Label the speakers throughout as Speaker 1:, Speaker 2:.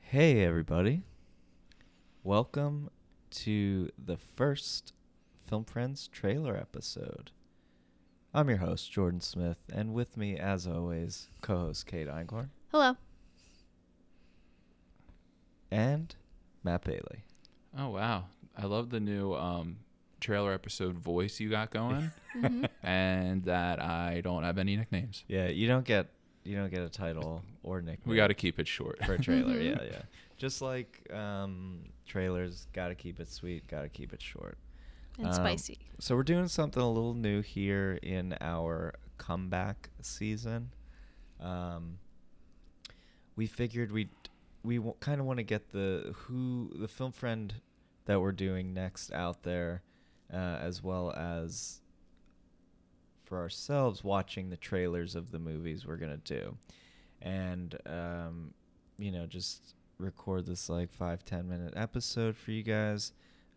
Speaker 1: Hey, everybody. Welcome to the first Film Friends trailer episode. I'm your host, Jordan Smith, and with me, as always, co host Kate Einkorn
Speaker 2: Hello.
Speaker 1: and Matt Bailey.
Speaker 3: Oh wow! I love the new um, trailer episode voice you got going, and that I don't have any nicknames.
Speaker 1: Yeah, you don't get you don't get a title or nickname.
Speaker 3: We got to keep it short.
Speaker 1: for a trailer.
Speaker 2: Mhm.
Speaker 1: Yeah, yeah. Just like um, trailers, gotta keep it sweet, gotta keep it short
Speaker 2: And
Speaker 1: Um,
Speaker 2: spicy.
Speaker 1: So we're doing something a little new here in our comeback season. Um, we figured we'd, we we kind of want to get the who the film friend that we're doing next out there, uh, as well as for ourselves watching the trailers of the movies we're gonna do, and um, you know just record this like five ten minute episode for you guys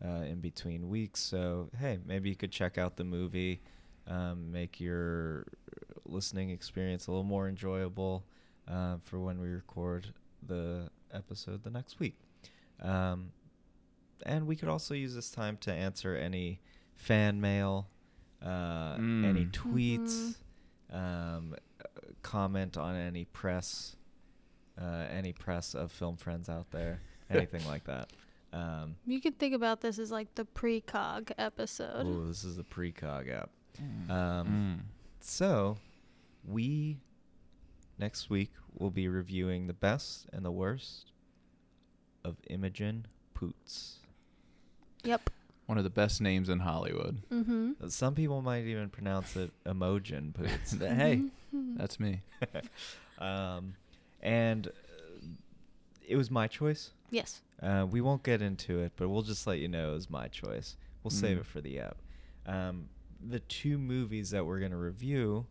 Speaker 1: uh, in between weeks. So hey, maybe you could check out the movie, um, make your listening experience a little more enjoyable uh, for when we record the episode the next week. Um, and we could also use this time to answer any fan mail, uh, any
Speaker 3: Mm.
Speaker 1: tweets, um, uh, comment on any press, uh, any press of film friends out there, anything like that. Um,
Speaker 2: You can think about this as like the precog episode.
Speaker 1: Ooh, this is a precog app.
Speaker 3: Mm.
Speaker 1: Um, So, we next week will be reviewing the best and the worst of Imogen Poots.
Speaker 2: Yep.
Speaker 3: One of the best names in Hollywood.
Speaker 2: Mm-hmm.
Speaker 1: Uh, Some people might even pronounce it Emojin Poots.
Speaker 3: Th- hey, That's me.
Speaker 1: um, and uh, it was my choice.
Speaker 2: Yes.
Speaker 1: Uh, we won't get into it, but we'll just let you know it was my choice. We'll save
Speaker 3: Mm.
Speaker 1: it for the app. Um, the two movies that we're going to review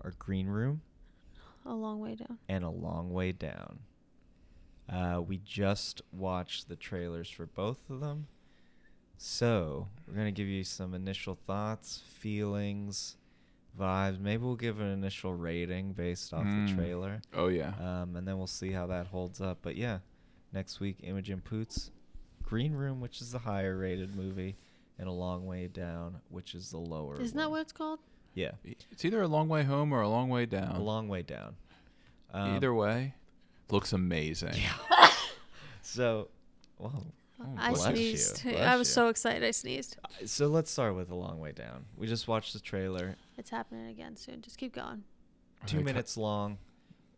Speaker 1: are Green Room
Speaker 2: A long way down.
Speaker 1: and A Long Way Down. Uh, we just watched the trailers for both of them. So, we're going to give you some initial thoughts, feelings, vibes. Maybe we'll give an initial rating based off the
Speaker 3: Mm.
Speaker 1: trailer.
Speaker 3: Oh yeah.
Speaker 1: Um, and then we'll see how that holds up. But yeah, next week, Imogen Poots, Green Room, which is the higher rated movie, and A Long Way Down, which is the lower.
Speaker 2: Isn't that
Speaker 1: one.
Speaker 2: what it's called?
Speaker 1: Yeah,
Speaker 3: it's either a long way home or a long way E, down.
Speaker 1: A Long Way Down. Um,
Speaker 3: either way, looks amazing.
Speaker 1: So, wow.
Speaker 3: Oh,
Speaker 2: I
Speaker 3: bless you.
Speaker 2: sneezed.
Speaker 1: Bless
Speaker 2: I was
Speaker 1: you.
Speaker 2: so excited I sneezed.
Speaker 1: So let's start with A Long Way Down. We just watched the trailer,
Speaker 2: It's happening again soon. Just keep going.
Speaker 3: Are
Speaker 1: two
Speaker 3: they cut-
Speaker 1: minutes long.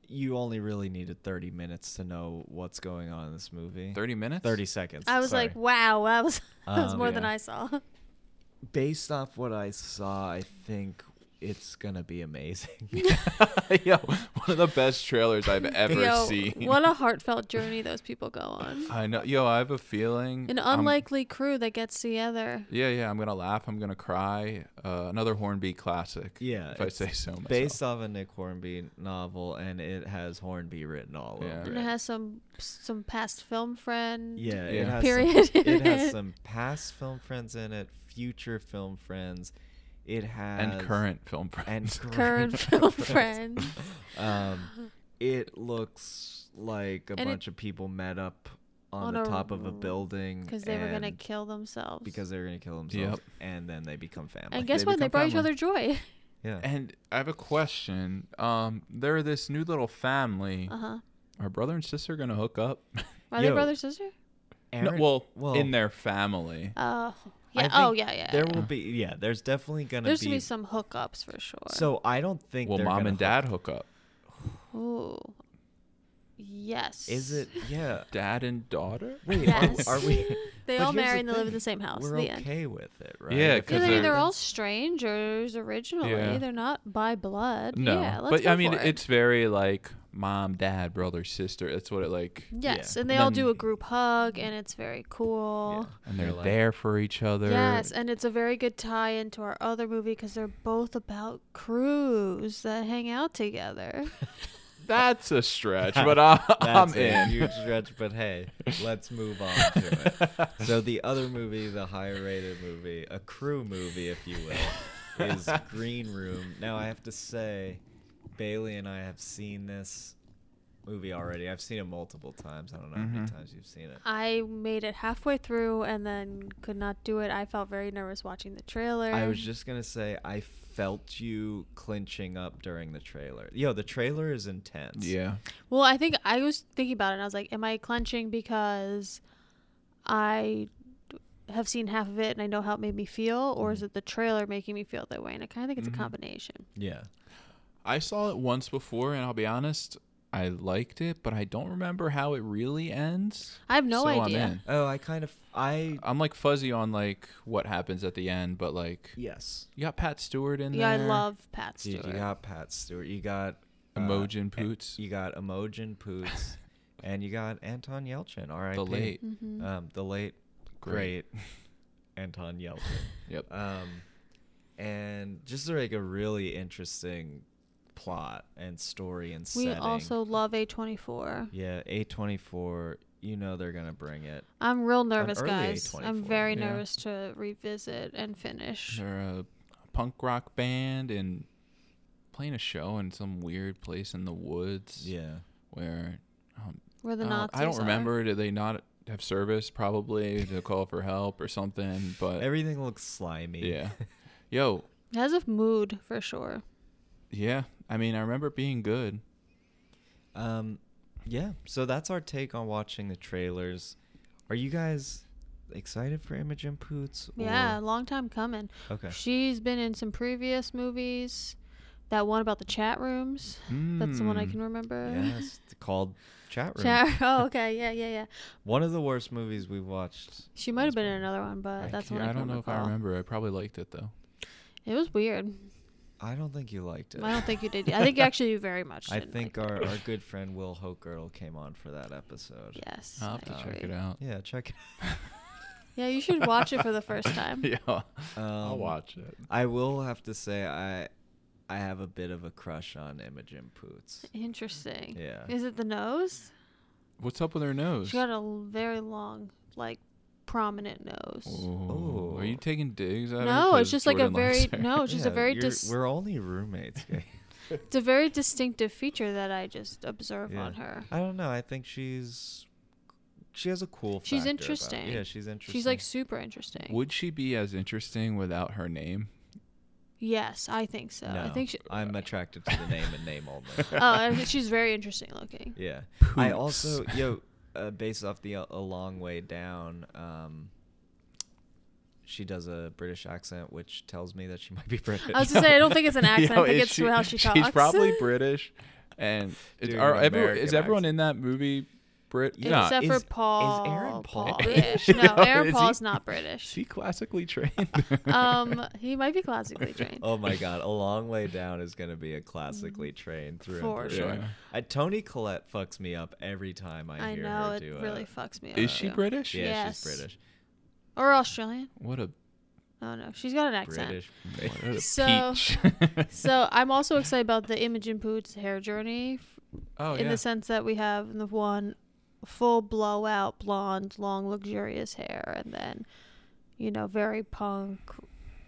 Speaker 1: You only really needed 30 minutes to know what's going on in this movie.
Speaker 3: Thirty minutes.
Speaker 1: 30 seconds.
Speaker 2: I was
Speaker 1: sorry.
Speaker 2: like, wow, that was that was
Speaker 1: Um,
Speaker 2: more than
Speaker 3: yeah.
Speaker 2: I saw.
Speaker 1: based off what I saw, I think it's going to be amazing.
Speaker 3: Yo, one of the best trailers I've ever
Speaker 2: Yo,
Speaker 3: seen.
Speaker 2: what a heartfelt journey those people go on.
Speaker 3: I know. Um, Yo, I have a feeling.
Speaker 2: An
Speaker 3: I'm-
Speaker 2: unlikely crew that gets together.
Speaker 3: Yeah, yeah. I'm gonna laugh. I'm gonna cry. Uh, another Hornby classic.
Speaker 1: Yeah,
Speaker 3: if I
Speaker 1: it's
Speaker 3: say so myself.
Speaker 1: based off a Nick Hornby novel, and it has Hornby written all
Speaker 3: Yeah.
Speaker 1: over
Speaker 2: And
Speaker 1: it.
Speaker 2: it has some some past film friend.
Speaker 1: yeah,
Speaker 3: Yeah.
Speaker 1: it has
Speaker 2: Period
Speaker 1: Some,
Speaker 2: in
Speaker 1: it has
Speaker 2: it.
Speaker 1: some past film friends in it, future film friends. It has
Speaker 3: and current film
Speaker 1: and
Speaker 3: friends.
Speaker 2: Current film friend.
Speaker 1: Um, it looks like a
Speaker 2: And it-
Speaker 1: bunch of people met up on,
Speaker 2: on
Speaker 1: the
Speaker 2: a-
Speaker 1: top of a building
Speaker 2: Because they were gonna
Speaker 1: and-
Speaker 2: kill themselves.
Speaker 1: because they were gonna kill themselves,
Speaker 3: Yep.
Speaker 1: and then they become family.
Speaker 2: and guess
Speaker 3: they
Speaker 2: what? They brought
Speaker 3: become
Speaker 2: each
Speaker 3: family.
Speaker 2: other joy.
Speaker 1: yeah,
Speaker 3: And I have a question. Um, they're this new little family.
Speaker 2: Uh huh.
Speaker 3: Are brother and sister gonna hook up?
Speaker 2: Are
Speaker 1: Yo,
Speaker 2: they brother sister?
Speaker 3: No,
Speaker 1: Aaron-
Speaker 3: well,
Speaker 1: well,
Speaker 3: in their family.
Speaker 2: Oh
Speaker 1: I
Speaker 2: yeah. Oh
Speaker 1: think
Speaker 2: yeah yeah.
Speaker 1: there
Speaker 2: yeah.
Speaker 1: will be yeah. There's definitely gonna
Speaker 2: There's
Speaker 1: be,
Speaker 2: gonna be some hookups for sure.
Speaker 1: So I don't think
Speaker 3: Will
Speaker 1: they're
Speaker 3: mom
Speaker 1: gonna
Speaker 3: and
Speaker 1: hook
Speaker 3: dad hook up?
Speaker 2: Ooh. Yes.
Speaker 1: Is it? Yeah.
Speaker 3: Dad and daughter?
Speaker 1: Wait,
Speaker 2: Yes.
Speaker 1: are, are we?
Speaker 2: They
Speaker 1: But
Speaker 2: all
Speaker 1: here's
Speaker 2: marry and they live in
Speaker 1: thing,
Speaker 2: the same house.
Speaker 1: We're
Speaker 2: the end.
Speaker 1: okay with it, right?
Speaker 3: Yeah,
Speaker 1: If
Speaker 3: 'cause
Speaker 2: Yeah, they're,
Speaker 3: they're-
Speaker 2: they're all strangers originally.
Speaker 3: Yeah.
Speaker 2: They're not by blood.
Speaker 3: No,
Speaker 2: Yeah. Let's
Speaker 3: but
Speaker 2: go
Speaker 3: I mean,
Speaker 2: for it.
Speaker 3: it's very like mom, dad, brother, sister. That's what it like.
Speaker 2: Yes,
Speaker 1: yeah.
Speaker 2: and they all do
Speaker 3: Then-
Speaker 2: a group hug, and it's very
Speaker 1: Yeah.
Speaker 2: cool.
Speaker 3: And they're
Speaker 1: You're like-
Speaker 3: there for each other.
Speaker 2: Yes, and it's a very good tie into our other movie because they're both about crews that hang out together.
Speaker 3: That's a stretch, but I, I'm
Speaker 1: That's a
Speaker 3: in.
Speaker 1: huge stretch, but hey, let's move on to it. So the other movie, the higher rated movie, a crew movie, if you will, is Green Room. Now I have to say, Bailey and I have seen this movie already. I've seen it multiple times. I don't know how many
Speaker 3: Mhm.
Speaker 1: times you've seen it.
Speaker 2: I made it halfway through and then could not do it. I felt very nervous watching the trailer.
Speaker 1: I was just gonna say I felt you clinching up during the trailer. Yo, the trailer is intense.
Speaker 3: Yeah.
Speaker 2: Well, I think I was thinking about it and I was like, am I clenching because I d- have seen half of it and I know how it made me feel, or is
Speaker 1: Mhm.
Speaker 2: it the trailer making me feel that way? And I kind of think it's
Speaker 3: Mhm.
Speaker 1: Mm-hmm.
Speaker 2: a combination.
Speaker 1: Yeah.
Speaker 3: I saw it once before, and I'll be honest, I liked it, but I don't remember how it really ends.
Speaker 2: I have no
Speaker 3: so
Speaker 2: idea.
Speaker 3: I'm,
Speaker 1: Oh, I kind of I
Speaker 3: in. I'm like fuzzy on like what happens at the end, but like
Speaker 1: yes.
Speaker 3: you got Pat Stewart in
Speaker 2: Yeah,
Speaker 3: there.
Speaker 2: I love Pat
Speaker 1: Dude,
Speaker 2: Stewart.
Speaker 1: you got Pat Stewart. You got uh,
Speaker 3: Emojin Poots.
Speaker 1: You got Emojin Poots, and you got Anton Yelchin. All right.
Speaker 3: The late,
Speaker 2: Mhm.
Speaker 1: Um, the late
Speaker 3: Great.
Speaker 1: great, Anton Yelchin.
Speaker 3: Yep.
Speaker 1: Um, and just like a really interesting plot and story and
Speaker 2: we
Speaker 1: setting.
Speaker 2: also love A24.
Speaker 1: Yeah, A twenty four. You know they're gonna bring it.
Speaker 2: I'm real nervous,
Speaker 1: early
Speaker 2: guys. I'm
Speaker 1: A24,
Speaker 2: very
Speaker 3: yeah.
Speaker 2: nervous to revisit and finish.
Speaker 3: They're a punk rock band and playing a show in some weird place in the woods.
Speaker 1: Yeah.
Speaker 3: Where um,
Speaker 2: Where the
Speaker 3: I don't-
Speaker 2: Nazis
Speaker 3: I don't
Speaker 2: are.
Speaker 3: remember. Did they not have service probably to call for help or something? But
Speaker 1: Everything looks slimy.
Speaker 3: uh, yeah, yo,
Speaker 2: It has a mood for sure.
Speaker 3: yeah. I mean, I remember it being good.
Speaker 1: Um, yeah. So that's our take on watching the trailers. Are you guys excited for Imogen Poots? or-
Speaker 2: Yeah, long time coming.
Speaker 1: Okay.
Speaker 2: She's been in some previous movies. That one about the chat rooms. That's the one I
Speaker 3: Mm.
Speaker 2: can remember.
Speaker 1: Yes. it's called Chat Room.
Speaker 2: Chat. Oh, okay. Yeah, yeah, yeah.
Speaker 1: One of the worst movies we've watched.
Speaker 2: She might have
Speaker 1: That's
Speaker 2: been in
Speaker 1: probably-
Speaker 2: another one, but
Speaker 3: I,
Speaker 2: that's the one
Speaker 3: can't-
Speaker 2: I,
Speaker 3: I
Speaker 2: can
Speaker 3: don't know if I
Speaker 2: recall.
Speaker 3: remember. I probably liked it though.
Speaker 2: It was weird.
Speaker 1: I don't think you liked it.
Speaker 2: I don't think you did. I think actually you very much.
Speaker 1: I
Speaker 2: didn't
Speaker 1: think
Speaker 2: like
Speaker 1: our,
Speaker 2: it.
Speaker 1: our good friend Will Hochgirdle came on for that episode.
Speaker 2: Yes.
Speaker 3: I'll have to
Speaker 2: I
Speaker 3: check it
Speaker 2: agree.
Speaker 3: out.
Speaker 1: Yeah, check it.
Speaker 2: Yeah, you should watch it for the first time.
Speaker 3: yeah,
Speaker 1: Um,
Speaker 3: I'll watch it.
Speaker 1: I will have to say I I have a bit of a crush on Imogen Poots.
Speaker 2: Interesting.
Speaker 1: Yeah.
Speaker 2: Is it the nose?
Speaker 3: What's up with her nose?
Speaker 2: She got a l- very long, like, prominent nose.
Speaker 3: Oh, are you
Speaker 1: Ooh.
Speaker 3: taking digs at her?
Speaker 2: No, it's
Speaker 3: 'Cause
Speaker 2: just like a
Speaker 3: Jordan likes
Speaker 2: very
Speaker 3: her?
Speaker 2: no, it's just Oh, a
Speaker 1: Yeah,
Speaker 2: very
Speaker 1: you're-
Speaker 2: dis-
Speaker 1: we're only roommates. okay?
Speaker 2: it's a very distinctive feature that I just observe
Speaker 1: Yeah.
Speaker 2: on her.
Speaker 1: I don't know. I think she's she has a cool.
Speaker 2: She's
Speaker 1: factor about-
Speaker 2: interesting.
Speaker 1: Yeah, she's interesting.
Speaker 2: She's like super interesting.
Speaker 3: Would she be as interesting without her name?
Speaker 2: yes, I think so. I
Speaker 1: No,
Speaker 2: think she. uh,
Speaker 1: I'm attracted to the name and name only.
Speaker 2: Oh, I think she's very interesting looking.
Speaker 1: Yeah. I also yo uh, based off the uh, a long way down. Um, she does a British accent, which tells me that she might be British.
Speaker 2: I was just saying, I don't think it's an accent.
Speaker 3: Yo,
Speaker 2: I think
Speaker 3: is
Speaker 2: it's how she talks.
Speaker 3: She's probably British, and is,
Speaker 1: Doing
Speaker 3: are
Speaker 1: an
Speaker 3: everyone, is
Speaker 1: American
Speaker 3: everyone
Speaker 1: accent.
Speaker 3: in that movie Brit?
Speaker 1: Yeah.
Speaker 2: Except
Speaker 1: Is-
Speaker 2: for
Speaker 1: is
Speaker 2: Paul.
Speaker 1: Aaron Paul
Speaker 2: British?
Speaker 1: British?
Speaker 2: No,
Speaker 3: Yo,
Speaker 2: Aaron
Speaker 3: is
Speaker 2: Paul's
Speaker 3: he-
Speaker 2: not
Speaker 3: Is
Speaker 2: British.
Speaker 3: he classically trained?
Speaker 2: um, he might be classically trained.
Speaker 1: Oh my God! A long way down is gonna be a classically trained through. and
Speaker 2: Mm, For
Speaker 1: through.
Speaker 2: sure.
Speaker 3: Yeah.
Speaker 1: Uh, Tony Collette fucks me up every time I,
Speaker 2: I
Speaker 1: hear
Speaker 2: know
Speaker 1: her
Speaker 2: it
Speaker 1: do uh, a-
Speaker 2: really fucks me up.
Speaker 3: Is she
Speaker 2: too.
Speaker 3: British?
Speaker 1: Yeah,
Speaker 2: Yes.
Speaker 1: she's British.
Speaker 2: Or Australian?
Speaker 3: What a
Speaker 2: Oh no, she's got an accent.
Speaker 1: British.
Speaker 3: what a
Speaker 2: So-
Speaker 3: peach.
Speaker 2: So I'm also excited about the Imogen Poots hair journey
Speaker 3: oh
Speaker 2: in
Speaker 3: yeah.
Speaker 2: the sense that we have the one full blowout blonde, long, luxurious hair, and then you know very punk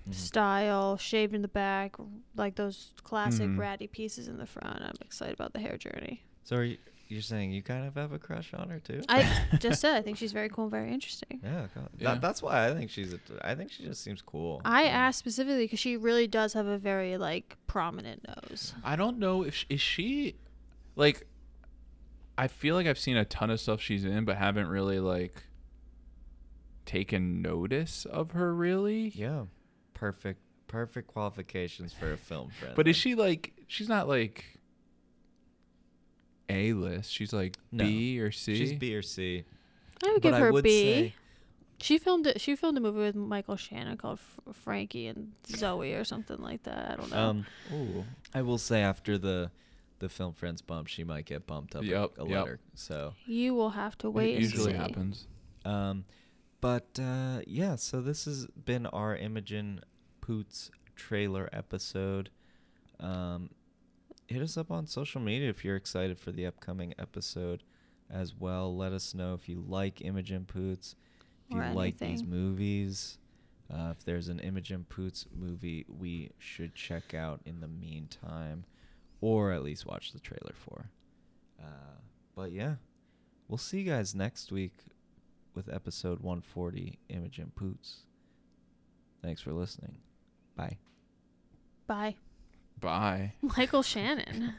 Speaker 1: Mm-hmm.
Speaker 2: style, shaved in the back, like those classic
Speaker 1: Mm-hmm.
Speaker 3: Mhm.
Speaker 2: ratty pieces in the front. I'm excited about the hair journey.
Speaker 1: So are you, you're saying you kind of have a crush on her too?
Speaker 2: I just said I think she's very cool, and very interesting.
Speaker 1: yeah, go-
Speaker 3: Yeah.
Speaker 1: That, that's why I think she's. A, I think she just seems cool.
Speaker 2: I asked specifically because she really does have a very like prominent nose.
Speaker 3: I don't know if sh- is she like I feel like I've seen a ton of stuff she's in but haven't really like taken notice of her really.
Speaker 1: yeah, perfect, perfect qualifications for a film friend.
Speaker 3: But is she like she's not like A list. She's like
Speaker 1: No.
Speaker 3: B or C.
Speaker 1: She's B or C.
Speaker 2: I
Speaker 1: but
Speaker 2: would give
Speaker 1: I
Speaker 2: her a
Speaker 1: would
Speaker 2: B.
Speaker 1: say
Speaker 2: She filmed it. She filmed a movie with Michael Shannon called F- Frankie and Zoe or something like that. I don't know.
Speaker 1: um,
Speaker 3: Ooh.
Speaker 1: I will say after the the film friends bump, she might get bumped up a-
Speaker 3: Yup,
Speaker 1: a,
Speaker 3: yup.
Speaker 1: letter. So,
Speaker 2: you will have to wait.
Speaker 3: it
Speaker 2: and
Speaker 3: usually
Speaker 2: see.
Speaker 3: happens.
Speaker 1: um, but uh, yeah, so this has been our Imogen Poots trailer episode. Um, hit us up on social media if you're excited for the upcoming episode as well. Let us know if you like Imogen Poots, if
Speaker 2: Or
Speaker 1: you like these
Speaker 2: anything.
Speaker 1: movies. Uh, if there's an Imogen Poots movie we should check out in the meantime, or at least watch the trailer for. Uh, But yeah, we'll see you guys next week with episode 140 Imogen Poots. Thanks for listening. Bye.
Speaker 2: Bye.
Speaker 3: Bye.
Speaker 2: Michael Shannon.